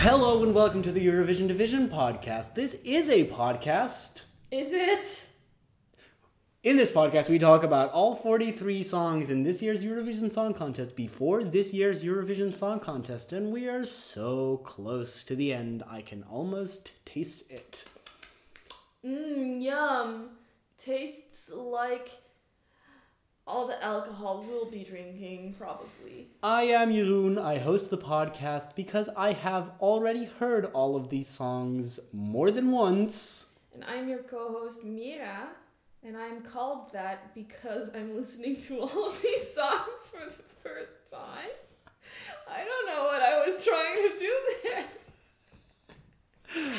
Hello and welcome to the Eurovision Division podcast. This is a podcast. Is it? In this podcast, we talk about all 43 songs in this year's Eurovision Song Contest before this year's Eurovision Song Contest, and we are so close to the end, I can almost taste it. Mmm, yum. Tastes like all the alcohol we'll be drinking, probably. I am Jeroen. I host the podcast because I have already heard all of these songs more than once. And I'm your co host, Mira, and I'm called that because I'm listening to all of these songs for the first time. I don't know what I was trying to do there.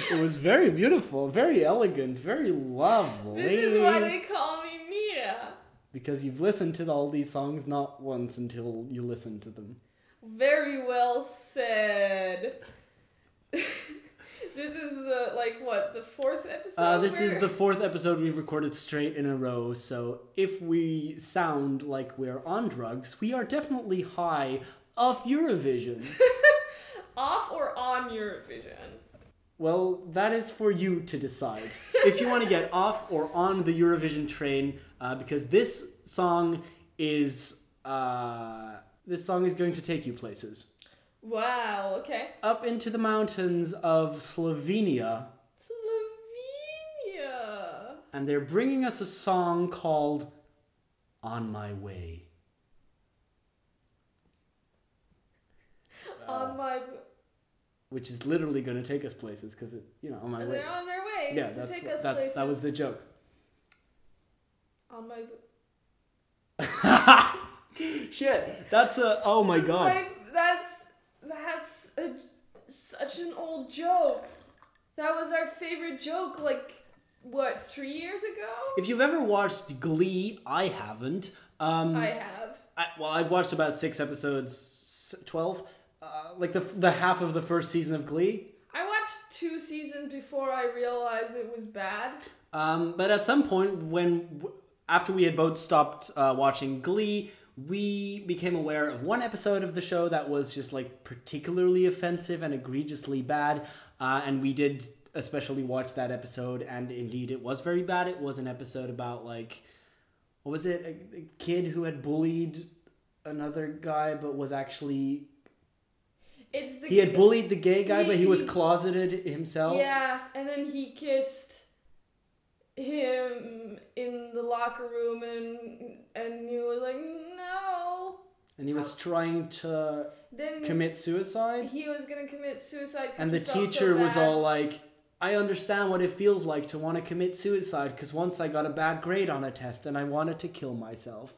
It was very beautiful, very elegant, very lovely. This is why they call me Mira. Because you've listened to all these songs not once until you listen to them. Very well said. this is the, like, what, the fourth episode? Uh, this is We're- the fourth episode we've recorded straight in a row, so if we sound like we're on drugs, we are definitely high off Eurovision. off or on Eurovision. well, that is for you to decide. If you want to get off or on the Eurovision train, uh, because this song is. Uh, this song is going to take you places. Wow, okay. Up into the mountains of Slovenia. Slovenia. and they're bringing us a song called On My Way. on my Which is literally going to take us places because it, you know, on my way. they're on their way Yeah, to that's, take what- us that's that was the places. joke. On my Shit, that's a oh my god. Like, that's that's a, such an old joke. That was our favorite joke like what, 3 years ago? If you've ever watched Glee, I haven't. Um, I have. I, well, I've watched about six episodes, s- twelve, uh, like the the half of the first season of Glee. I watched two seasons before I realized it was bad. Um, but at some point, when after we had both stopped uh, watching Glee, we became aware of one episode of the show that was just like particularly offensive and egregiously bad, uh, and we did especially watch that episode. And indeed, it was very bad. It was an episode about like what was it? A, a kid who had bullied another guy, but was actually It's the he had bullied the gay guy, but he was He- closeted himself. Yeah, and then he kissed him in the locker room, and and he was like, no. And he was trying to Then commit suicide. he was gonna commit suicide. 'cause And he the felt so teacher was bad. all like, I understand what it feels like to want to commit suicide because once I got a bad grade on a test and I wanted to kill myself.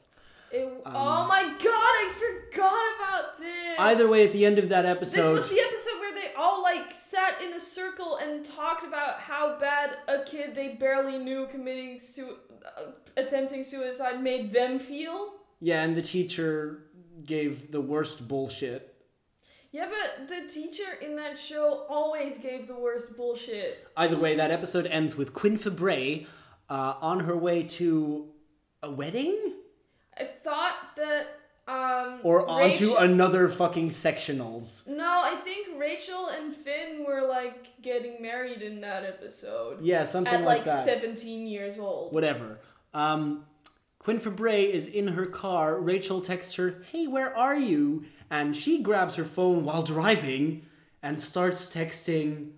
It, um, oh my god! I forgot about this. Either way, at the end of that This episode, was the episode where they all like sat in a circle and talked about how bad a kid they barely knew committing su- uh, attempting suicide made them feel. yeah, and the teacher gave the worst bullshit. Yeah, but the teacher in that show always gave the worst bullshit. Either way, that episode ends with Quinn Fabray uh, on her way to a wedding? I thought that um Or onto Rach- another fucking sectionals. No, I think Rachel and Finn were like getting married in that episode. Yeah, something At like, that. 17 years old. whatever. Um, Quinn Fabray is in her car. Rachel texts her, "Hey, where are you?" And she grabs her phone while driving and starts texting.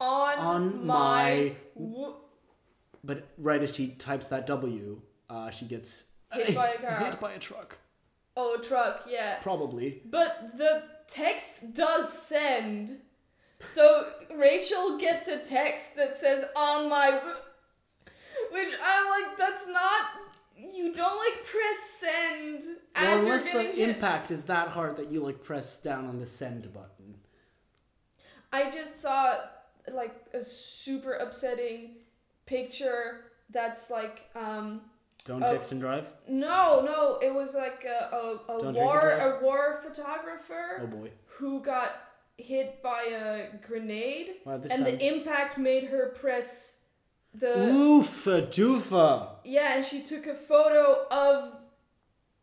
On, On my- my, w- But right as she types that W, uh, she gets Hit by a car. hit by a truck, oh truck, yeah. probably. But the text does send. So Rachel gets a text that says on my w-" which I'm like that's not you don't like press send Well, as unless you're the getting hit. impact is that hard that you like press down on the send button. I just saw like a super upsetting picture that's like um Don't Oh. text and drive. no no it was like a, a, a Don't drink and war drive? a war Oh photographer boy. who got hit by a grenade Wow, this and sounds. the impact made her press the Oofa doofa. yeah and she took a photo of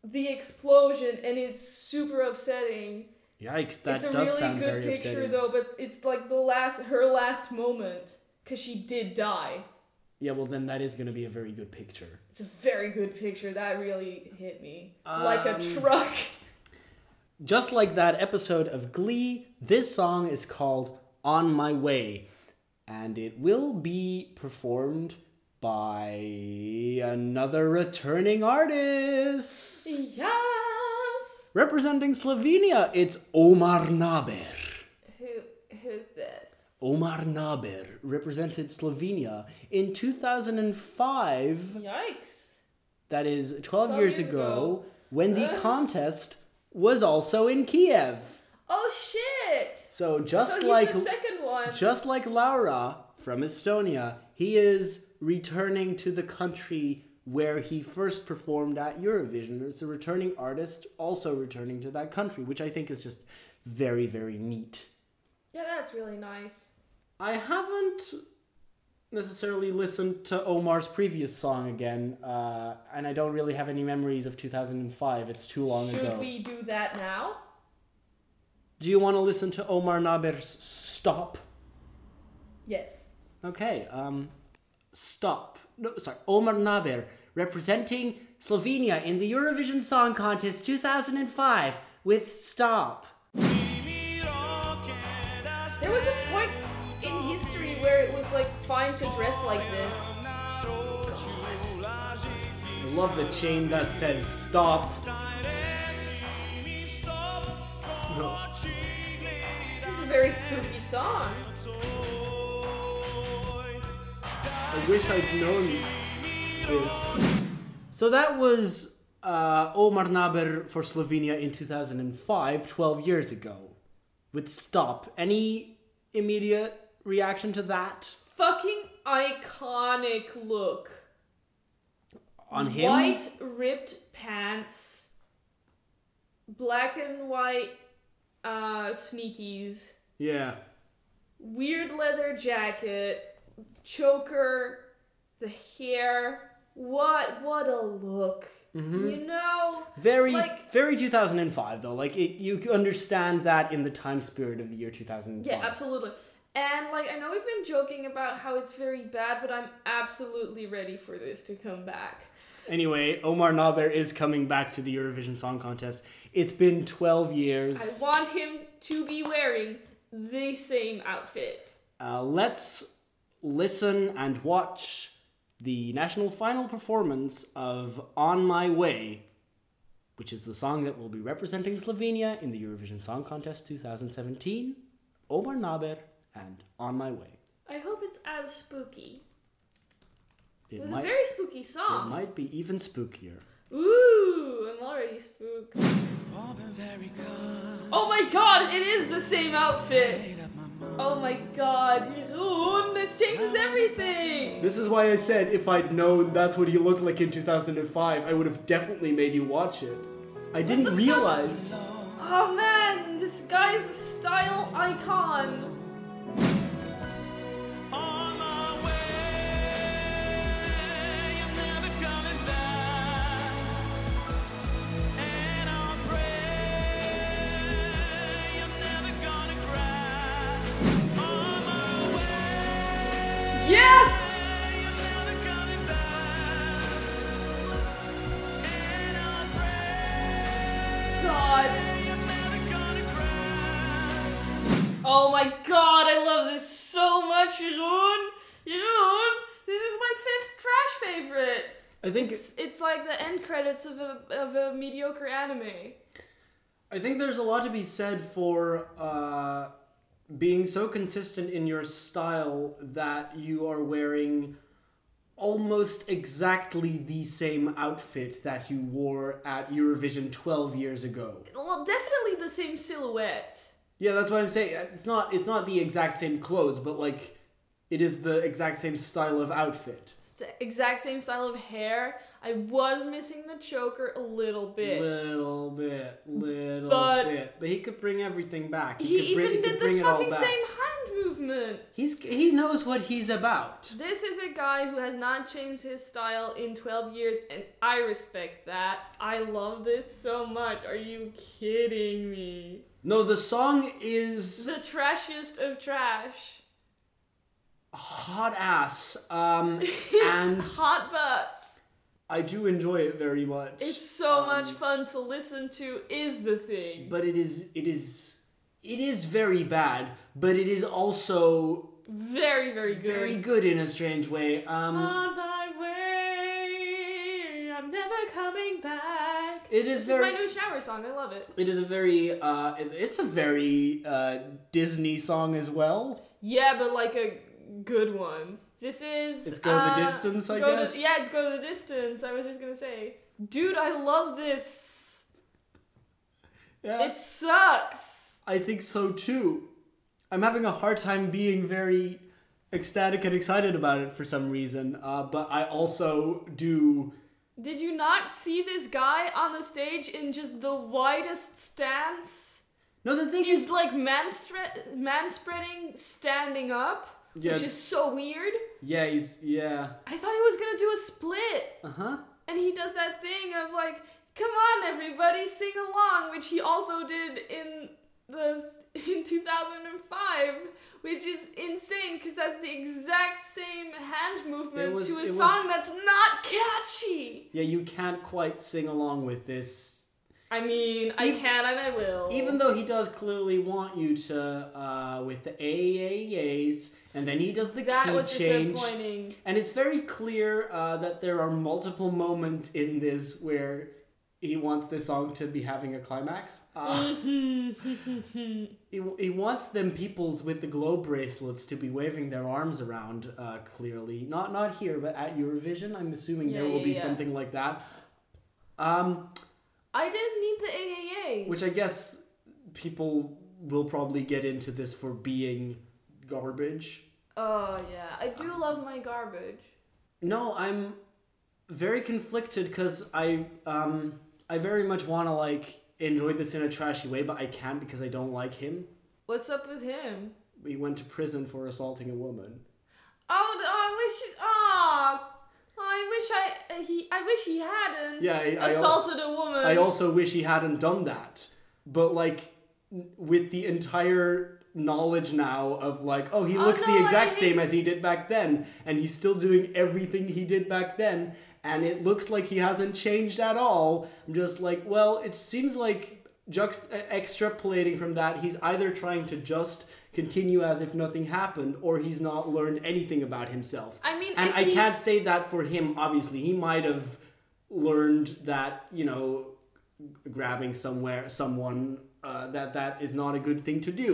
the explosion and it's super upsetting Yikes, that it's a does really sound good very picture upsetting. though, but it's like the last her last moment because she did die. Yeah, well then that is going to be a very good picture. It's a very good picture. That really hit me like a Um, truck. Just like that episode of Glee, this song is called On My Way, and it will be performed by another returning artist. yes. Representing Slovenia, it's Omar Naber. Who who's this? Omar Naber represented Slovenia in 2005. Yikes. That is 12, 12 years, years ago, ago. when the Ugh. contest was also in Kiev. Oh shit. So just so he's like the second one. just like Laura from Estonia, he is returning to the country where he first performed at Eurovision. It's a returning artist also returning to that country, which I think is just very very neat. yeah, that's really nice. I haven't necessarily listened to Omar's previous song again, uh, and I don't really have any memories of 2005. It's too long Should ago. we do that now? Do you want to listen to Omar Naber's Stop? Yes. Okay, um, Stop. No, sorry, Omar Naber representing Slovenia in the Eurovision Song Contest 2005 with Stop. There was a point in history where it was like fine to dress like this. I love the chain that says Stop. This is a very spooky song. I wish I'd known this. So that was uh, Omar Naber for Slovenia in 2005, 12 years ago, with Stop. Any immediate reaction to that Fucking iconic look. on him? White ripped pants, black and white uh, sneakies, Yeah. weird leather jacket, choker, the hair. What what a look. Mm-hmm. You know? Very, Like- very 2005 though. Like it, you understand that in the time spirit of the year 2005. Yeah, absolutely. And like I know we've been joking about how it's very bad, but I'm absolutely ready for this to come back. Anyway, Omar Naber is coming back to the Eurovision Song Contest. It's been 12 years. I want him to be wearing the same outfit. Uh, let's listen and watch the national final performance of On My Way, which is the song that will be representing Slovenia in the Eurovision Song Contest 2017. Omar Naber and On My Way. I hope it's as spooky. It It was might, a very spooky it song. might be even spookier. Ooh, I'm already spooked. Oh my god, it is the same outfit. Oh my god, Jeroen, this changes everything. This is why I said if I'd known that's what he looked like in 2005, I would have definitely made you watch it. I didn't realize. Oh man, this guy is a style icon. On my way, I'm never coming back. And I'll pray I'm never gonna cry. On my way, Yes! I'm never coming back. And I'll pray God. I'm never gonna cry. Oh my god, I love this so much, Jeroen. Jeroen, this is my fifth trash favorite. I think It's, it's like the end credits of a, of a mediocre anime. I think there's a lot to be said for uh, being so consistent in your style that you are wearing almost exactly the same outfit that you wore at Eurovision 12 years ago. Well, definitely the same silhouette. Yeah, that's what I'm saying. It's not it's not the exact same clothes, but like it is the exact same style of outfit. It's the exact same style of hair. I was missing the choker a little bit. Little bit, little But- bit. But he could bring everything back. he could bring, even could did bring the it all fucking back. same hand movement. He's he knows what he's about. This is a guy who has not changed his style in 12 years, and I respect that. I love this so much. Are you kidding me? No, the song is The trashiest of trash. hot ass, um, It's and hot butts. I do enjoy it very much. It's um, so much fun to listen to. Is the thing. but it is it is it is very bad, but it is also very very good. Uh, very good in a strange way. Um, On my way, I'm never coming back. it is This is my very new shower song. I love it. it is a very uh, it- it's a very uh, Disney song as well. Yeah, but like a good one. This is. It's Go the uh, Distance, I Go the- guess? yeah, it's go the distance. I was just gonna say, dude, I love this. Yeah, It sucks. I think so too. I'm having a hard time being very ecstatic and excited about it for some reason. Uh, but I also do. Did you not see this guy on the stage in just the widest stance? No, the thing He's is, like man stre- man spreading, standing up, Yeah, which it's- is so weird. yeah, he's yeah, I thought he was gonna do a split. uh huh. And he does that thing of like, come on everybody, sing along, which he also did in the in 2005, which is insane because that's the exact same hand movement was- to a it was- song that's not catchy. Yeah, you can't quite sing along with this, I mean, I can and I will. even though he does clearly want you to uh, with the AAAs, and then he does the that key was change. disappointing. And it's very clear uh, that there are multiple moments in this where he wants this song to be having a climax. Mm. Uh, he, he wants them peoples with the glow bracelets to be waving their arms around. Uh, clearly, not not here, but at Eurovision, I'm assuming Yeah, there will yeah, be yeah. something like that. Um, I didn't need the AAA. which I guess people will probably get into this for being garbage. Oh yeah, I do love my garbage. No, I'm very conflicted because I um I very much want to like enjoy this in a trashy way, but I can't because I don't like him. What's up with him? We went to prison for assaulting a woman. Oh, th- I wish. Ah, I wish I he. I wish he hadn't. Yeah, I- I al- assaulted a woman. I also wish he hadn't done that, but like n- with the entire knowledge now of like oh he Oh, looks no, the exact I same hate- as he did back then and he's still doing everything he did back then and it looks like he hasn't changed at all i'm just like well it seems like juxt- uh, extrapolating from that he's either trying to just continue as if nothing happened or he's not learned anything about himself I mean, and if I he- can't say that for him. Obviously, he might have learned that you know grabbing somewhere someone uh, that that is not a good thing to do,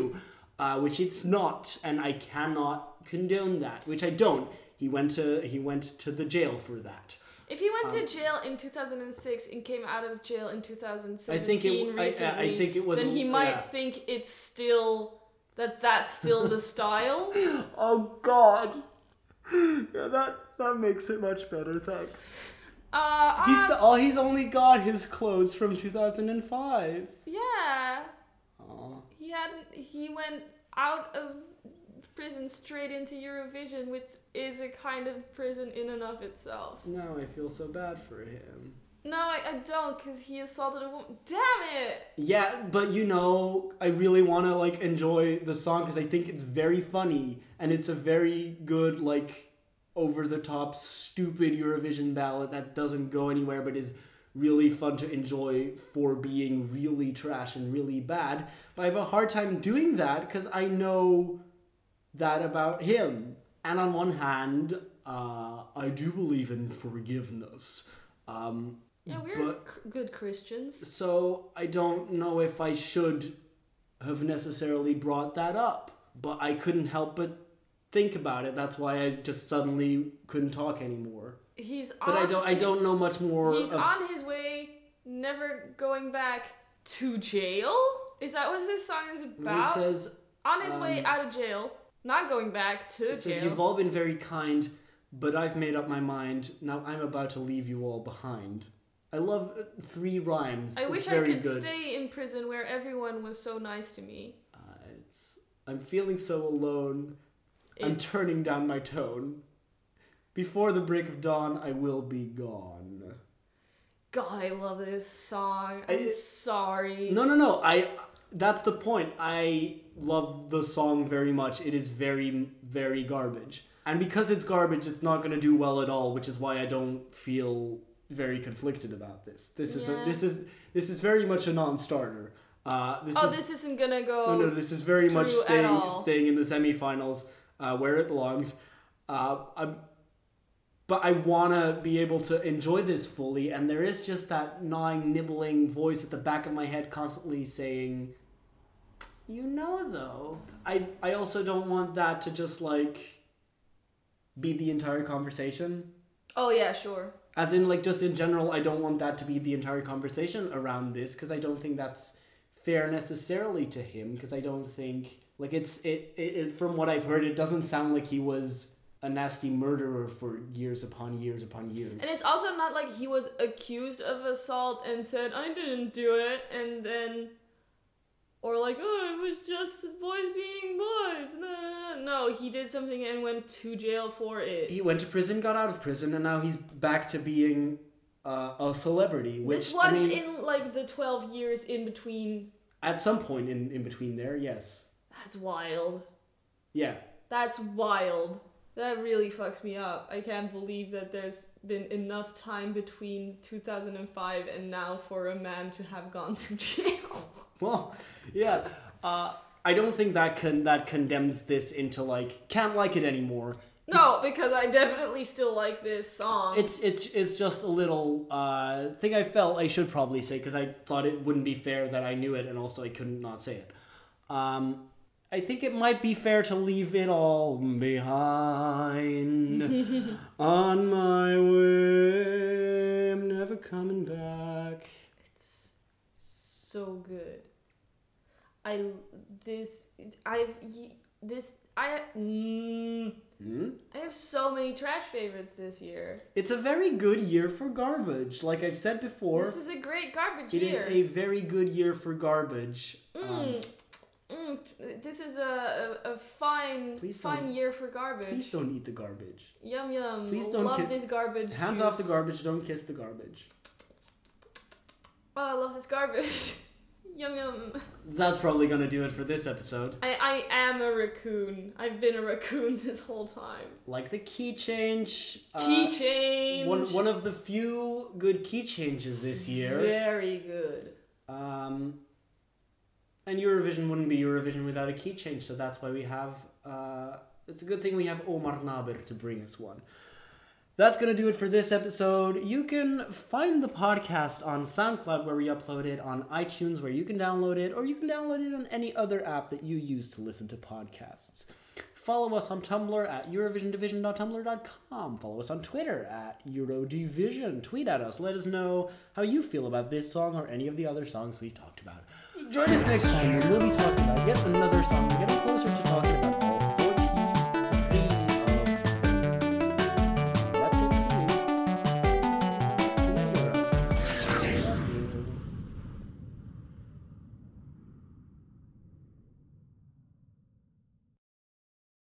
uh, which it's not, and I cannot condone that, which I don't. He went to he went to the jail for that. if he went to jail in 2006 and came out of jail in 2017 Um. I think it w- I- I- I recently, think it was- then he might yeah. think it's still that that's still the style. Oh God, yeah, that that makes it much better. Thanks. Uh, He's I- oh he's only got his clothes from two thousand and five. yeah. He hadn't. He went out of prison straight into Eurovision, which is a kind of prison in and of itself. Now I feel so bad for him. No, I, I don't, because he assaulted a woman. Damn it! Yeah, but you know, I really want to like enjoy the song because I think it's very funny and it's a very good like over the top stupid Eurovision ballad that doesn't go anywhere but is really fun to enjoy for being really trash and really bad. But I have a hard time doing that because I know that about him. And on one hand, uh, I do believe in forgiveness. Um, Yeah, we're But- cr- good Christians. so I don't know if I should have necessarily brought that up, but I couldn't help but think about it. That's why I just suddenly couldn't talk anymore. He's on. But I don't I don't know much more He's of on his way, never going back to jail. Is that what this song is he about? says on his way out of jail, not going back to he says jail. you've all been very kind, but I've made up my mind. Now I'm about to leave you all behind. I love uh, three rhymes. I it's wish I very could good. stay in prison where everyone was so nice to me. Uh, it's I'm feeling so alone. I'm It- turning down my tone. Before the break of dawn, I will be gone. God, I love this song. I'm I- sorry. No, no, no. I that's the point. I love the song very much. It is very, very garbage. And because it's garbage, it's not going to do well at all, which is why I don't feel very conflicted about this. This is a, Yeah. this is this is very much a non-starter. Uh, this Oh, is this isn't gonna go. no, no, this is very much through at staying all. staying in the semifinals uh, where it belongs. Uh, I'm, but I wanna be able to enjoy this fully, and there is just that gnawing, nibbling voice at the back of my head constantly saying, "You know, though." I I also don't want that to just like be the entire conversation. Oh yeah, sure. As in, like, just in general, I don't want that to be the entire conversation around this because I don't think that's fair necessarily to him because I don't think, like, it's, it, it, it, from what I've heard, it doesn't sound like he was a nasty murderer for years upon years upon years. And it's also not like he was accused of assault and said, I didn't do it, and then. Or like, oh, it was just boys being boys. No, no, no, no. No, he did something and went to jail for it. He went to prison, got out of prison, and now he's back to being uh, a celebrity, which, this was I mean, in like the 12 years in between. at some point in, in between there, yes. That's wild. Yeah. That's wild. That really fucks me up. I can't believe that there's been enough time between 2005 and now for a man to have gone to jail. Well, yeah. Uh, I don't think that con- that condemns this into like can't like it anymore. No, because I definitely still like this song. It's it's it's just a little uh, thing I felt I should probably say because I thought it wouldn't be fair that I knew it and also I couldn't not say it. Um, I think it might be fair to leave it all behind. On my way, I'm never coming back. It's so good. I this I've y- this I mm, Hmm? I have so many trash favorites this year. It's a very good year for garbage, like I've said before. this is a great garbage It is year. a very good year for garbage. Um, mm, mm, this is a, a, a fine Please fine don't- year for garbage. please don't eat the garbage. Yum yum. Please don't love ki- this garbage. Hands off the juice. garbage, don't kiss the garbage. Oh, I love this garbage. yum yum. That's probably gonna do it for this episode. I, I am a raccoon. I've been a raccoon this whole time. Like the key change. uh, key change. One, one of the few good key changes this year. Very good. Um, and Eurovision wouldn't be Eurovision without a key change, so that's why we have. Uh, it's a good thing we have Omar Naber to bring us one. That's going to do it for this episode. You can find the podcast on SoundCloud where we upload it, on iTunes where you can download it, or you can download it on any other app that you use to listen to podcasts. Follow us on Tumblr at EurovisionDivision.tumblr.com. Follow us on Twitter at Eurodivision. Tweet at us. Let us know how you feel about this song or any of the other songs we've talked about. Join us next time when we'll be talking about yet another song. We're gonna